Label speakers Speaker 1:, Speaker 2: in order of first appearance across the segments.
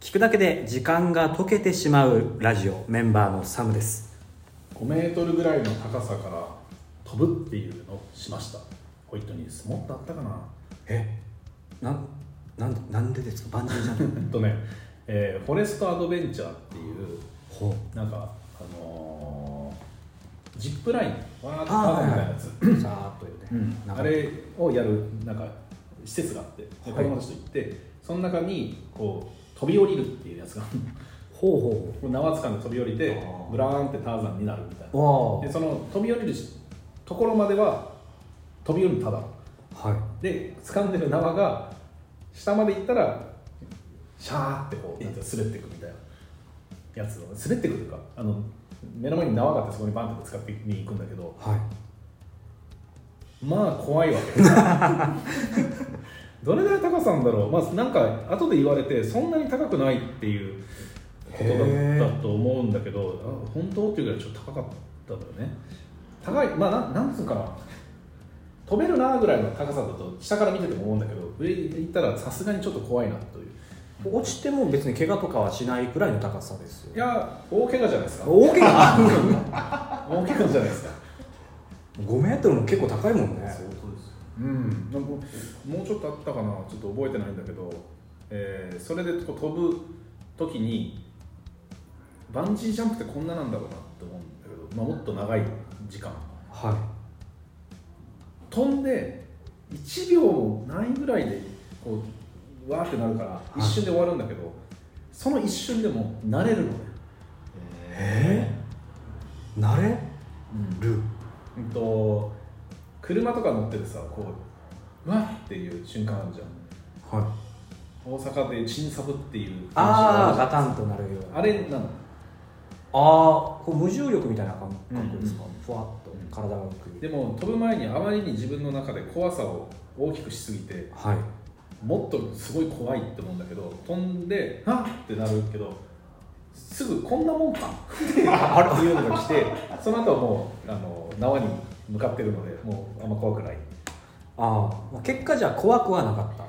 Speaker 1: 聞くだけで時間が溶けてしまうラジオメンバーのサムです
Speaker 2: 5メートルぐらいの高さから飛ぶっていうのをしましたホイットニーですもっとあったかな
Speaker 1: えなんなんなんでですかバンジージャン
Speaker 2: え
Speaker 1: プ
Speaker 2: っとね、えーフォレストアドベンチャーっていう
Speaker 1: ほ
Speaker 2: なんかあのージップラインわーっと
Speaker 1: あー
Speaker 2: パーみたいなやつ
Speaker 1: うさーっとよね、
Speaker 2: うんあれをやるなんか施設があってで子供たちと行って、その中にこう飛び降りるっていうやつが
Speaker 1: ほうほ
Speaker 2: もう縄つかんで飛び降りて
Speaker 1: あー
Speaker 2: ブラーンってターザンになるみたいな
Speaker 1: うわ
Speaker 2: でその飛び降りるしところまでは飛び降りるただ
Speaker 1: あはい
Speaker 2: で掴んでる縄が下まで行ったらシャーってこうなんていうの滑っていくみたいなやつを滑ってくるかあの目の前に縄があってそこにバンってぶつかってに行くんだけど
Speaker 1: はい
Speaker 2: まあ怖いわけどれぐらい高さなんだろうまあなんか後で言われてそんなに高くないっていうことだったと思うんだけどあ本当っていうぐらいちょっと高かったんだよね高いまあなんなんつうかな飛べるなぐらいの高さだと下から見てても思うんだけど上行ったらさすがにちょっと怖いなという
Speaker 1: 落ちても別に怪我とかはしないくらいの高さですよ
Speaker 2: いや大怪我じゃないですか大
Speaker 1: 大怪 我
Speaker 2: 怪我じゃないですか
Speaker 1: 5メートルも結構高いもんね
Speaker 2: うん、なんかもうちょっとあったかなちょっと覚えてないんだけど、えーそれでこう飛ぶ時にバンジージャンプってこんななんだろうなって思うんだけど、まあ、もっと長い時間
Speaker 1: はい
Speaker 2: 飛んで1秒もないぐらいでこうわーってなるから
Speaker 1: い
Speaker 2: 一瞬で終わるんだけど、その一瞬でも慣れるのね
Speaker 1: えー、慣れる
Speaker 2: うんと車とか乗っててさこううわっっていう瞬間あるじゃん
Speaker 1: はい
Speaker 2: 大阪で新サブっていう現象
Speaker 1: ああ
Speaker 2: るじゃん
Speaker 1: ガタンとなるような
Speaker 2: あれなの
Speaker 1: ああこう無重力みたいな感覚ですか、
Speaker 2: うん
Speaker 1: ふわっと体が浮く
Speaker 2: でも飛ぶ前にあまりに自分の中で怖さを大きくしすぎて
Speaker 1: はい
Speaker 2: もっとすごい怖いって思うんだけど飛んであっってなるけどすぐこんなもんかっていうのが来 てその後はもうあの縄に向かってるのでもうあんま怖くない
Speaker 1: ああ結果じゃあ怖くはなかった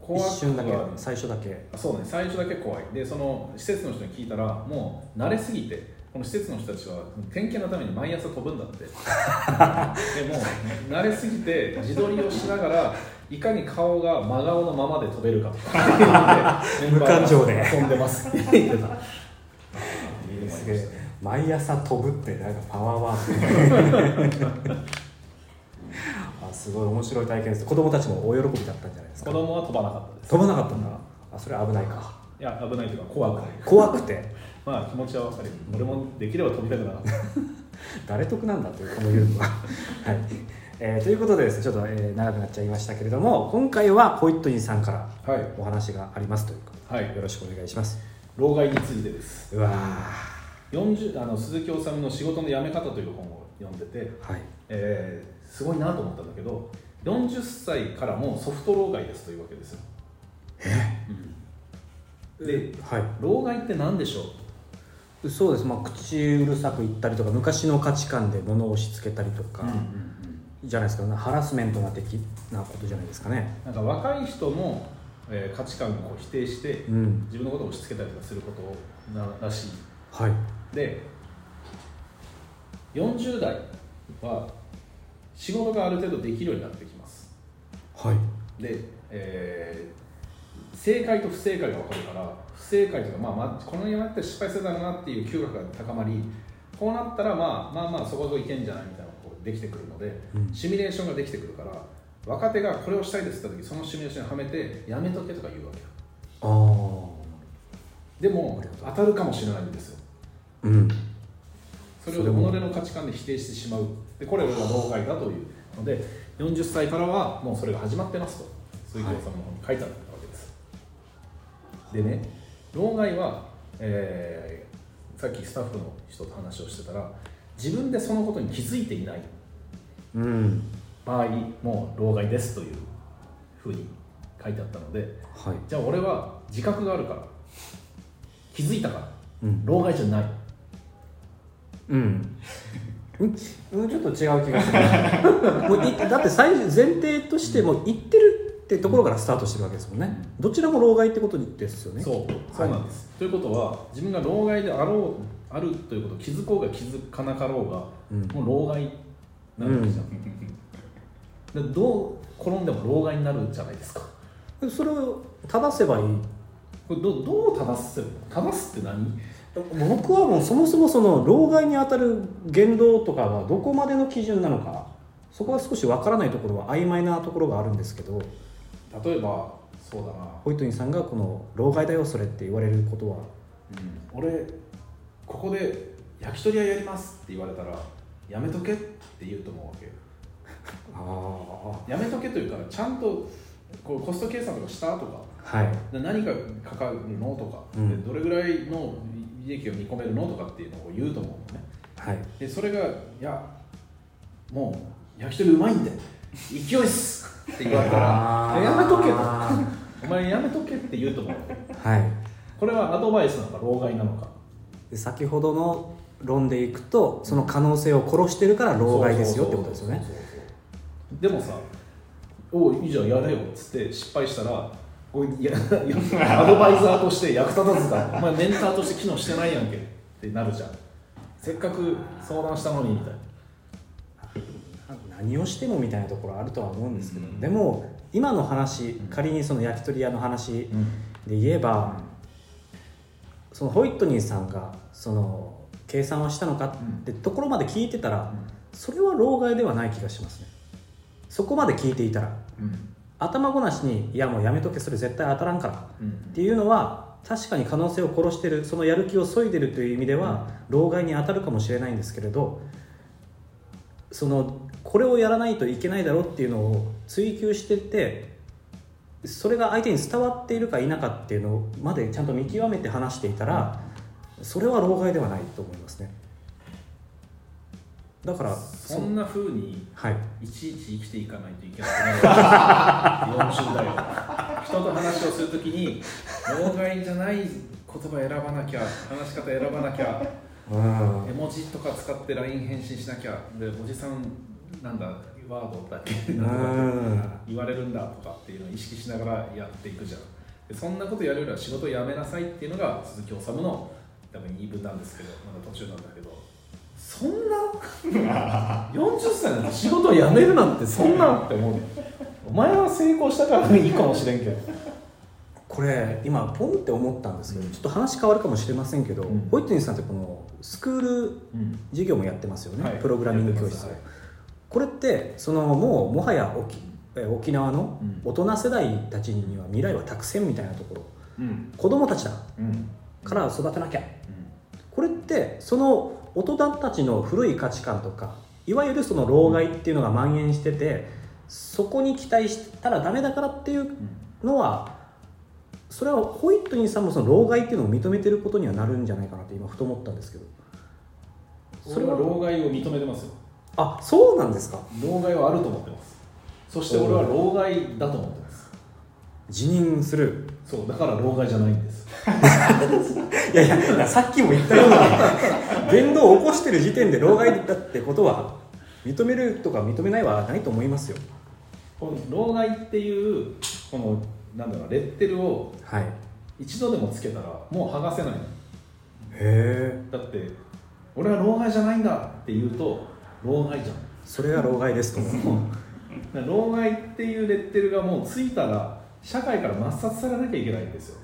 Speaker 2: 怖くは
Speaker 1: 一瞬だけ最初だけ
Speaker 2: そうね最初だけ怖いでその施設の人に聞いたらもう慣れすぎてこの施設の人たちは点検のために毎朝飛ぶんだっ てでもう慣れすぎて自撮りをしながらいかに顔が真顔のままで飛べるか とか
Speaker 1: 無感情で
Speaker 2: 飛ん でますって言ってた
Speaker 1: すげえ毎朝飛ぶってなんかパワーワー ドあすごい面白い体験です子供たちも大喜びだったんじゃないです
Speaker 2: 子
Speaker 1: か
Speaker 2: 供は飛ばなかったです
Speaker 1: 飛ばなかったんだあそれは危ないか
Speaker 2: いや危ないというか怖くない
Speaker 1: 怖くて
Speaker 2: まあ気持ちは分かるよ俺もできれば飛びたくなかった
Speaker 1: 誰得なんだというこのユ ーロは、はいえーということでですねちょっと、えー長くなっちゃいましたけれども今回はホイットニーさんから
Speaker 2: はい
Speaker 1: お話がありますということ
Speaker 2: はい
Speaker 1: でよろしくお願いします
Speaker 2: 老害についてです
Speaker 1: うわ
Speaker 2: 40あの鈴木治の「仕事の辞め方」という本を読んでて
Speaker 1: ーはい
Speaker 2: えーすごいなと思ったんだけど40歳からもソフト老害ですというわけですよで
Speaker 1: はい
Speaker 2: 老害って何でしょう
Speaker 1: そうです、まあ、口うるさく言ったりとか昔の価値観で物を押し付けたりとか、じゃないですかハラスメントな的なことじゃないですかね
Speaker 2: なんか若い人の、えー価値観をこう否定して
Speaker 1: うん
Speaker 2: 自分のことを押し付けたりとかすることならしい
Speaker 1: はい
Speaker 2: で40代は仕事がある程度できるようになってきます
Speaker 1: はい
Speaker 2: で、えー正解と不正解が分かるから不正解とか、まあ、まあこの世になって失敗するだろうなっていう嗅覚が高まりこうなったら、まあ、まあまあそこそこいけんじゃないみたいなのがこうできてくるので、
Speaker 1: うん
Speaker 2: シミュレーションができてくるから若手がこれをしたいですって言った時そのシミュレーションにはめてやめとけとか言うわけよ
Speaker 1: ああ
Speaker 2: でも当たるかもしれないんですよ
Speaker 1: うん
Speaker 2: それを己の価値観で否定してしまうでこれ俺が老害だというので40歳からはもうそれが始まってますと鈴木さんの方に書いてあったわけです、でね老害は、えーさっきスタッフの人と話をしてたら自分でそのことに気づいていない
Speaker 1: うん
Speaker 2: 場合も老害ですというふうに書いてあったので
Speaker 1: はい
Speaker 2: じゃあ俺は自覚があるから気づいたから
Speaker 1: うん
Speaker 2: 老害じゃない
Speaker 1: うん、 うん、ちょっと違う気がするもういだって最前提としても言ってるっってところからスタートしてるわけですもんね、どちらも老害ってことですよね
Speaker 2: そうそうなんです、ということは自分が老害であろうあるということを気づこうが気づかなかろうが、
Speaker 1: うん
Speaker 2: もう老害なるわけじゃん、でどう転んでも老害になるじゃないですか
Speaker 1: それを正せばいい
Speaker 2: これどどう正す正すって何
Speaker 1: 僕はもうそもそもその老害にあたる言動とかがどこまでの基準なのかそこは少しわからないところは曖昧なところがあるんですけど
Speaker 2: 例えばそうだな、
Speaker 1: ホイトニーさんがこの「老害だよそれ」って言われることは
Speaker 2: 俺ここで焼き鳥屋やりますって言われたらやめとけって言うと思うわけ
Speaker 1: あ
Speaker 2: やめとけというからちゃんとこうコスト計算とかしたとか
Speaker 1: あはい
Speaker 2: で何がかかるのとか、
Speaker 1: うん
Speaker 2: でどれぐらいの利益を見込めるのとかっていうのを言うと思うのね
Speaker 1: はい
Speaker 2: でそれがいやもう焼き鳥うまいんで勢いっすって言われたらやめとけと
Speaker 1: は
Speaker 2: お前やめとけって言うと思う
Speaker 1: い
Speaker 2: これはアドバイスなのか老害なのか
Speaker 1: で先ほどの論でいくとその可能性を殺してるから老害ですよってことですよね
Speaker 2: そうそうそうそうでもさ「おういいじゃんやれよ」っつって失敗したらおい いやアドバイザーとして役立たずだお前メンターとして機能してないやんけってなるじゃんせっかく相談したのにみたいな
Speaker 1: 何をしてもみたいなところあるとは思うんですけど、
Speaker 2: うん
Speaker 1: でも今の話
Speaker 2: ん
Speaker 1: 仮にその焼き鳥屋の話
Speaker 2: うん
Speaker 1: で言えば、そのホイットニーさんがその計算はしたのかってところまで聞いてたら、それは老害ではない気がしますねそこまで聞いていたら
Speaker 2: うん
Speaker 1: 頭ごなしに「いやもうやめとけそれ絶対当たらんから」
Speaker 2: うん
Speaker 1: っていうのは確かに可能性を殺してるそのやる気を削いでるという意味では、老害に当たるかもしれないんですけれどそのこれをやらないといけないだろうっていうのを追求してってそれが相手に伝わっているか否かっていうのまでちゃんと見極めて話していたらそれは老害ではないと思いますねだから
Speaker 2: そんなふうに
Speaker 1: はい
Speaker 2: いちいち生きていかないといけなくなる40代は 人と話をするときに老害じゃない言葉選ばなきゃ話し方選ばなきゃ
Speaker 1: うん
Speaker 2: 絵文字とか使って LINE 返信しなきゃでおじさんなんだワードだっけなん
Speaker 1: うん
Speaker 2: とか言われるんだとかっていうのを意識しながらやっていくじゃんでそんなことやるよりは仕事を辞めなさいっていうのが鈴木治の多分言い分なんですけどまだ途中なんだけどそんな 40歳の仕事を辞めるなんてそんなって思うねお前は成功したからいいかもしれんけど
Speaker 1: これ今ポンって思ったんですけど、ちょっと話変わるかもしれませんけど、
Speaker 2: うん
Speaker 1: ホイットニーさんってこのスクール
Speaker 2: うん
Speaker 1: 授業もやってますよね、
Speaker 2: はい
Speaker 1: プログラミング教室を、
Speaker 2: やってま
Speaker 1: これってそのもうもはや沖え沖縄の
Speaker 2: うん
Speaker 1: 大人世代たちには未来は託せんみたいなところ
Speaker 2: うん
Speaker 1: 子供たちだ
Speaker 2: うん
Speaker 1: から育てなきゃ
Speaker 2: うん
Speaker 1: これってその大人たちの古い価値観とかいわゆるその老害っていうのが蔓延しててそこに期待したらダメだからっていうのはそれはホイットニーさんもその老害っていうのを認めてることにはなるんじゃないかなって今ふと思ったんですけど
Speaker 2: それは老害を認めてますよ
Speaker 1: あそうなんですか
Speaker 2: 老害はあると思ってますそして俺は老害だと思ってます
Speaker 1: 辞任する
Speaker 2: そうだから老害じゃないんです
Speaker 1: いやいやいやさっきも言ったように言動を起こしてる時点で老害だってことは認めるとか認めないはないと思いますよ
Speaker 2: この老害っていうこのなんだろうレッテルを
Speaker 1: はいへ
Speaker 2: 一度でもつけたらもう剥がせないの
Speaker 1: え
Speaker 2: だって俺は老害じゃないんだって言うと老害じゃん
Speaker 1: それが老害ですと思う
Speaker 2: だから老害っていうレッテルがもうついたら社会から抹殺されなきゃいけないんですよ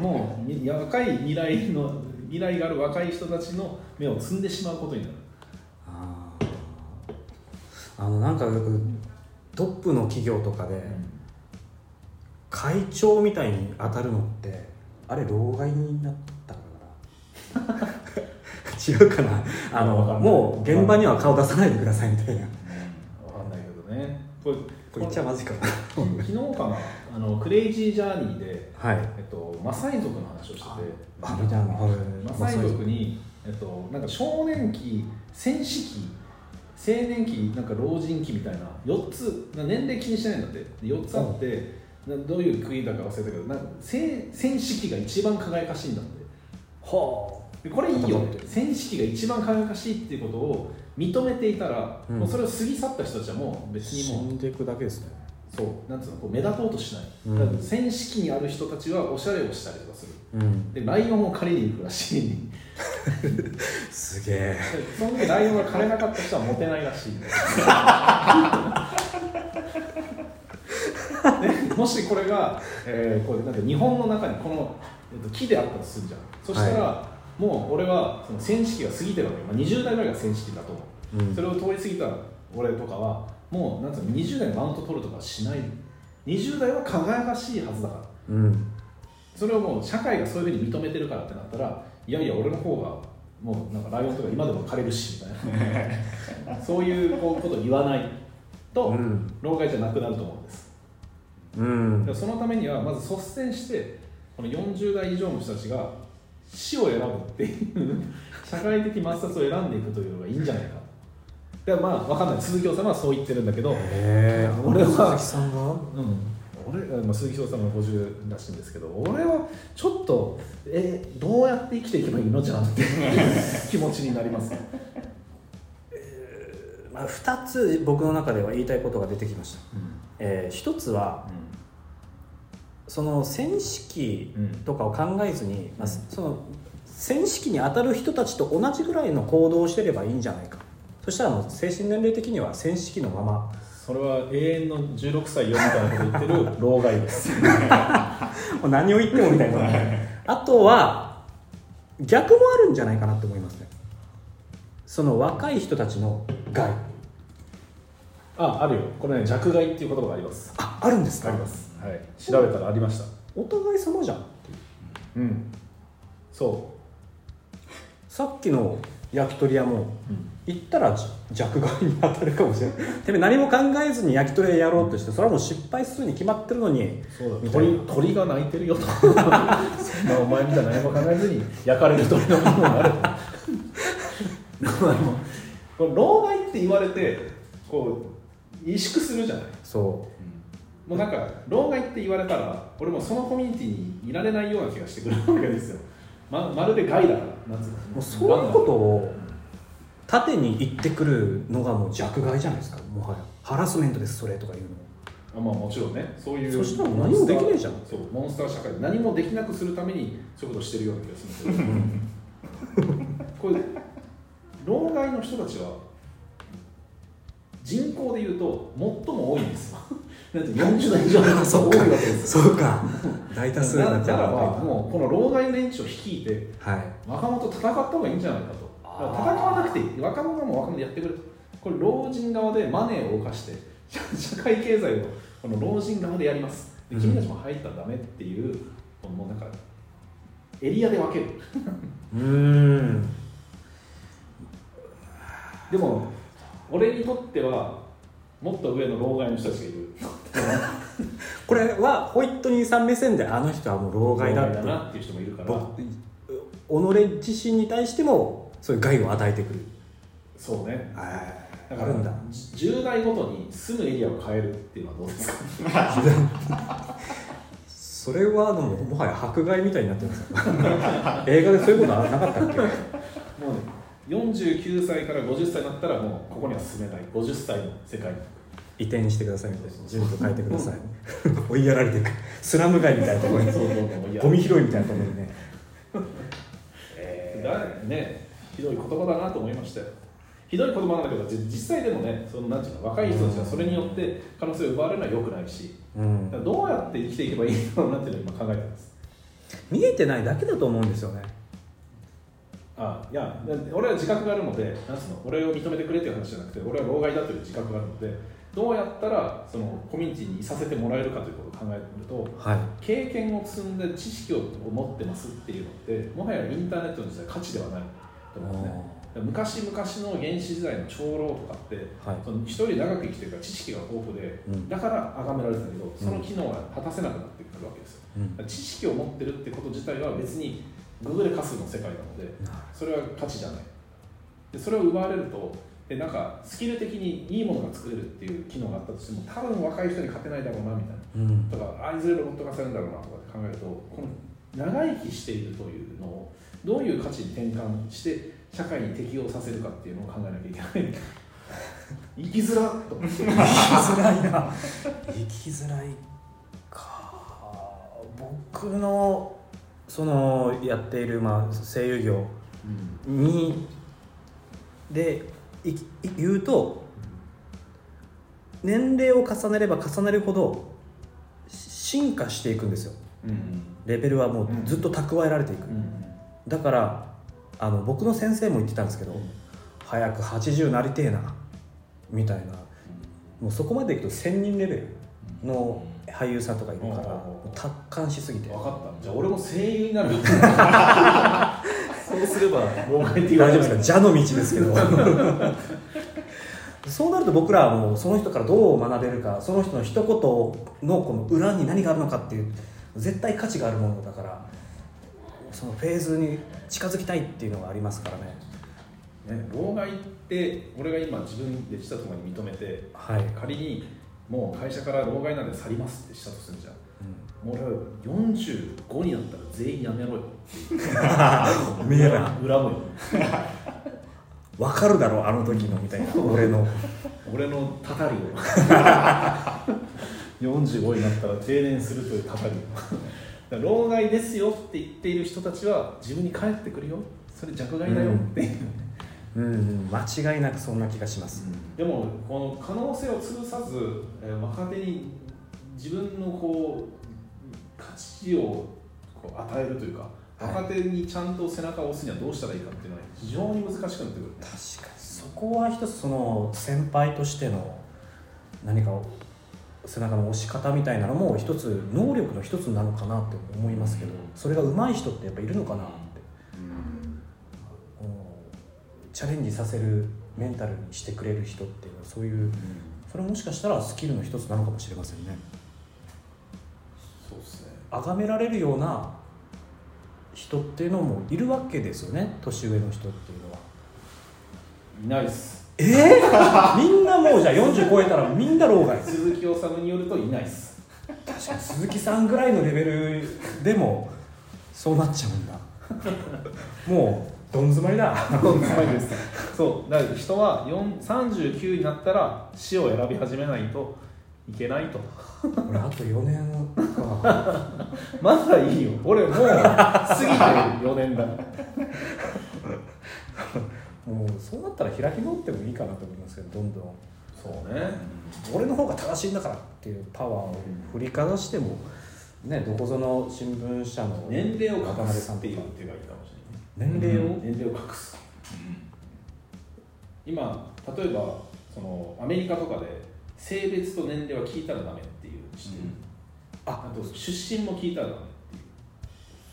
Speaker 2: もうみ若い未来の未来がある若い人たちの目を摘んでしまうことになる
Speaker 1: あーあのなんかよくトップの企業とかで、会長みたいに当たるのってあれ老害になったからな 違うか なあの
Speaker 2: わかんない
Speaker 1: もう現場には顔出さないでくださいみた いな
Speaker 2: わかんないけどねこれ
Speaker 1: これ言っちゃまずいかな
Speaker 2: 昨日かなあのクレイジージャーニーで、
Speaker 1: はい
Speaker 2: えっと、マサイ族の話をしてて
Speaker 1: あみたいなはい
Speaker 2: マサイ族に、えっと、なんか少年期戦士期青年期なんか老人期みたいな4つな年齢気にしないんだってで4つあって、などういう国だか忘れたけどなんか戦戦士期が一番輝かしいんだって
Speaker 1: は
Speaker 2: でこれいいよ
Speaker 1: 戦
Speaker 2: 戦士期が一番輝かしいっていうことを認めていたら、
Speaker 1: うん
Speaker 2: もうそれを過ぎ去った人たちはもう別に
Speaker 1: 死
Speaker 2: もうん
Speaker 1: でいくだけですね
Speaker 2: そうなんつうのこう目立とうとしない、
Speaker 1: うん
Speaker 2: だから戦士期にある人たちはおしゃれをしたりとかする
Speaker 1: うん、
Speaker 2: でライオンを狩りに行くらしい
Speaker 1: すげえ
Speaker 2: その時ライオンが狩れなかった人はモテないらしいでもしこれが、えーこうなんか日本の中にこの、えっと木であったとするじゃんそしたら、もう俺はその戦士期が過ぎてるわけ、まあ、20代ぐらいが戦士期だと思う
Speaker 1: うん
Speaker 2: それを通り過ぎた俺とかはもうなんつうの20代マウント取るとかしない20代は輝かしいはずだから
Speaker 1: うん
Speaker 2: それをもう社会がそういうふうに認めてるからってなったらいやいや俺の方がもうなんかライオンとか今でも枯れるしみたい なそういうこうことを言わないと、
Speaker 1: うん
Speaker 2: 老害じゃなくなると思うんです
Speaker 1: う
Speaker 2: だか
Speaker 1: ん
Speaker 2: らそのためにはまず率先してこの40代以上の人たちが死を選ぶっていう 社会的抹殺を選んでいくというのがいいんじゃないかでまあわかんない鈴木おさんはそう言ってるんだけど、
Speaker 1: へえ
Speaker 2: 俺は
Speaker 1: 鈴木さんが
Speaker 2: うん、俺、まあ、鈴木翔さんが50らしいんですけど俺はちょっとえどうやって生きていけばいいのじゃんって 気持ちになります
Speaker 1: まあ、2つ僕の中では言いたいことが出てきました、えー、1つはその戦士期とかを考えずに、まあ、その戦士期に当たる人たちと同じぐらいの行動をしてればいいんじゃないかそしたらあの精神年齢的には戦士期のまま
Speaker 2: それは永遠の16歳よみたいなこと言って る老害です
Speaker 1: もう何を言ってもみたいな あとは逆もあるんじゃないかなと思いますねその若い人たちの害
Speaker 2: ああるよこれね弱害っていう言葉があります
Speaker 1: ああるんです
Speaker 2: あ
Speaker 1: か
Speaker 2: りますはい調べたらありました
Speaker 1: お互い様じゃん
Speaker 2: うんそ
Speaker 1: さっきの焼き鳥屋も
Speaker 2: う、うん
Speaker 1: 行ったらじ弱害に当たるかもしれないてめえ何も考えずに焼き鳥屋やろうとしてそれはもう失敗するに決まってるのに
Speaker 2: そうだ
Speaker 1: みたい
Speaker 2: 鳥
Speaker 1: な
Speaker 2: 鳥が鳴いてるよと そんなお前みたいな何も考えずに焼かれる鳥のものになるこの老害って言われてこう萎縮するじゃない
Speaker 1: そ
Speaker 2: もうなんか老害って言われたら俺もそのコミュニティにいられないような気がしてくるわけですよ ままるで害だからなんつうの
Speaker 1: うもうそういうことを縦に言ってくるのがもう弱害じゃないですかもはやハラスメントですそれとか言うの
Speaker 2: あまあもちろんねそういう
Speaker 1: そしたら何もできねえじゃん
Speaker 2: そうモンスター社会で何もできなくするためにそういうことしてるような気がするん だけどこれ老害の人たちは人口でいうと最も多いん ですよなんて40代以上の人が多いわけです
Speaker 1: そうか大多
Speaker 2: なならばもうこの老害連中を率いて
Speaker 1: はい
Speaker 2: 若者と戦った方がいいんじゃないかと
Speaker 1: あー
Speaker 2: 戦わなくていい若者がもう若者でやってくれとこれ老人側でマネーを動かして 社社会経済をこの老人側でやりますで君たちも入ったらダメっていう、このもうなんかエリアで分ける
Speaker 1: うーん
Speaker 2: でも俺にとってはもっと上の老害の人たちがいる
Speaker 1: これはホイットニーさん目線であの人はもう 老害だって
Speaker 2: なっていう人もいるから
Speaker 1: 僕己自身に対してもそういう害を与えてくる
Speaker 2: そうね
Speaker 1: はいあ
Speaker 2: だから
Speaker 1: るんだ
Speaker 2: じ10代ごとに住むエリアを変えるっていうのはどうですか
Speaker 1: それはでももはや迫害みたいになってますよ 映画でそういうことはなかったっけ
Speaker 2: もうね、49歳から50歳になったらもうここには住めない50歳の世界に
Speaker 1: 移転してくださいみたいな住居変えてください 追いやられていくスラム街みたいなところに
Speaker 2: そうそうそういや
Speaker 1: ゴミ拾いみたいなところにね
Speaker 2: だねひどい言葉だなと思いましたよひどい言葉なんだけどじ実際でもねそのなんていうの若い人たちはそれによって可能性を奪われるのは良くないし
Speaker 1: う
Speaker 2: だか
Speaker 1: ん
Speaker 2: らどうやって生きていけばいいのかなっていうのを今考えてます
Speaker 1: 見えてないだけだと思うんですよね
Speaker 2: あいやだ俺は自覚があるのでなんつうの俺を認めてくれっていう話じゃなくて俺は老害だという自覚があるのでどうやったらそのコミュニティにいさせてもらえるかということを考えると
Speaker 1: はい
Speaker 2: 経験を積んで知識を持ってますっていうのってもはやインターネットの時代価値ではないと思うんですね昔々の原始時代の長老とかって
Speaker 1: はい
Speaker 2: その一人だけ長く生きてるから知識が豊富で
Speaker 1: うん
Speaker 2: だから崇められてたけどその機能が果たせなくなってくるわけですよ
Speaker 1: うん
Speaker 2: 知識を持ってるってこと自体は別に Google 仮数の世界なのでそれは価値じゃないでそれを奪われるとでなんかスキル的にいいものが作れるっていう機能があったとしても多分若い人に勝てないだろうなみたい
Speaker 1: う
Speaker 2: な
Speaker 1: ん
Speaker 2: とかあいずれロボット化されるんだろうなとかって考えるとこの長生きしているというのをどういう価値に転換して社会に適応させるかっていうのを考えなきゃいけない生きづらっと思って
Speaker 1: 生きづらいな生きづらいか僕のそのやっている、まあ、声優業にでいき言うと年齢を重ねれば重ねるほどし進化していくんですよ
Speaker 2: うん
Speaker 1: レベルはもうずっと蓄えられていく、
Speaker 2: うん
Speaker 1: だからあの僕の先生も言ってたんですけど、早く80なりてえなみたいなもうそこまでいくと1000人レベルの俳優さんとかいるから、
Speaker 2: うん
Speaker 1: もう達観しすぎて
Speaker 2: 分かったじゃあ俺も声優になるそうすれば老害って
Speaker 1: 大
Speaker 2: 言われ
Speaker 1: 丈夫
Speaker 2: る
Speaker 1: ですか蛇の道ですけど そうなると僕らはもうその人からどう学べるかその人の一言のこの裏に何があるのかっていう絶対価値があるものだからそのフェーズに近づきたいっていうのがありますからね
Speaker 2: ね、老害って俺が今自分でしたところに認めて
Speaker 1: はい、うん
Speaker 2: 仮にもう会社から老害なんで去りますってしたとするじゃんもう俺は45になったら全員やめろよ って
Speaker 1: 見えない
Speaker 2: 恨むよ
Speaker 1: わかるだろうあの時のみたいな俺の
Speaker 2: 俺のたたり を45になったら定年するというたたりをだから老害ですよって言っている人たちは自分に返ってくるよそれ弱害だよっていう、
Speaker 1: うんうん間違いなくそんな気がします、
Speaker 2: でもこの可能性を潰さず、えー若手に自分のこう価値をこう与えるというか、
Speaker 1: はい
Speaker 2: 若手にちゃんと背中を押すにはどうしたらいいかっていうのは非常に難しくなってくる、
Speaker 1: 確かにそこは一つその先輩としての何かを背中の押し方みたいなのも一つ能力の一つなのかなって思いますけどそれが上手い人ってやっぱいるのかなってこのチャレンジさせるメンタルにしてくれる人っていうのはそういうそれもしかしたらスキルの一つなのかもしれませんね
Speaker 2: そうですね
Speaker 1: 崇められるような人っていうのもいるわけですよね年上の人っていうのは。
Speaker 2: いないです
Speaker 1: えー、 みんなもうじゃあ40超えたらみんな老害
Speaker 2: 鈴木治によるといないです
Speaker 1: 確かに鈴木さんぐらいのレベルでもそうなっちゃうんだもうどん詰まりだ
Speaker 2: そうですそうだから人は4 39になったら死を選び始めないといけないと
Speaker 1: 俺あと4年か
Speaker 2: まだいいよ俺もう過ぎてる4年だ
Speaker 1: もうそうなったら開き直ってもいいかなと思いますけどどんどん
Speaker 2: そうね
Speaker 1: 俺の方が正しいんだからっていうパワーを振りかざしてもねどこぞの新聞社の
Speaker 2: 年齢を
Speaker 1: 渡
Speaker 2: 隠
Speaker 1: 辺
Speaker 2: す
Speaker 1: さん
Speaker 2: って
Speaker 1: と
Speaker 2: い
Speaker 1: か
Speaker 2: う手がいいかもしれない
Speaker 1: 年齢を、
Speaker 2: 年齢を隠す今例えばそのアメリカとかで性別と年齢は聞いたらダメっていう知ってる
Speaker 1: あ
Speaker 2: あと出身も聞いたらダメっていう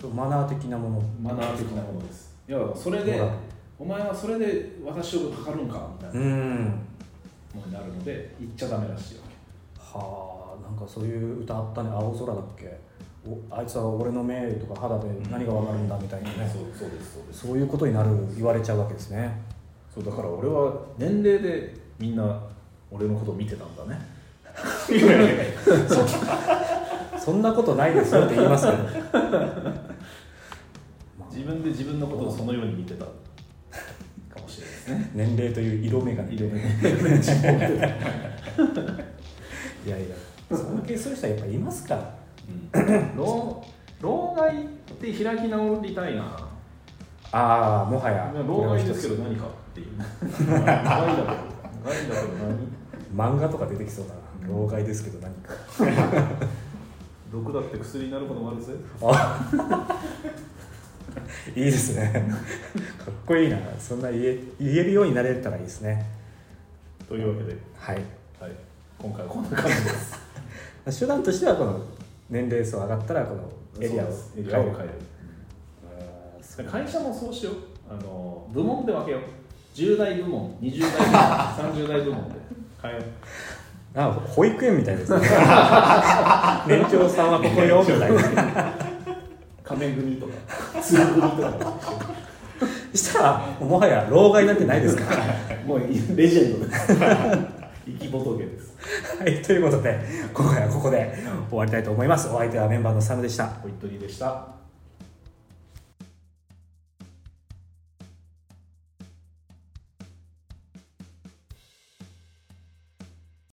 Speaker 1: そうマナー的なもの
Speaker 2: マナー的なものですいやそれで
Speaker 1: ほら
Speaker 2: お前はそれで私を測るんかみたいな
Speaker 1: うん
Speaker 2: ものになるので言っちゃダメらしいわけ
Speaker 1: はあなんかそういう歌あったね「青空」だっけおあいつは俺の目とか肌で何がわかるんだみたいなね、
Speaker 2: そうそうですそうで
Speaker 1: そういうことになる言われちゃうわけですね
Speaker 2: そうだから俺は年齢でみんな俺のこと見てたんだね
Speaker 1: そんなことないですよって言いますけどまあ
Speaker 2: 自分で自分のことをそのように見てたかもしれないですね
Speaker 1: 年齢という色眼鏡で
Speaker 2: 色眼
Speaker 1: いやいや尊敬する人はやっぱいますから
Speaker 2: 老老害って開き直りたいな
Speaker 1: ああもはや
Speaker 2: 老害ですけど何かっていう 害だけど害だけど何
Speaker 1: 漫画とか出てきそうだな老害ですけど何か
Speaker 2: 毒だって薬になることもあるぜ
Speaker 1: あいいですね かっこいいなそんな言え言えるようになれたらいいですね
Speaker 2: というわけで、
Speaker 1: はい
Speaker 2: はい、今回はこんな感じです
Speaker 1: 手段としてはこの年齢層上がったらこの エリアを
Speaker 2: そうです
Speaker 1: 変
Speaker 2: エ
Speaker 1: え
Speaker 2: リアを
Speaker 1: る
Speaker 2: 変える
Speaker 1: あーそう
Speaker 2: 会社もそうしようあの部門で分けよう10代部門20代部門30代部門で変えよう
Speaker 1: あ保育園みたいですね 年長さ んはここよみたいな
Speaker 2: 仮面組とか通組とか
Speaker 1: したらもはや老害なんてないですから
Speaker 2: もうレジェンドです生き仏です
Speaker 1: はいということで今回はここで終わりたいと思いますお相手はメンバーのサムでした
Speaker 2: ホイットリーでした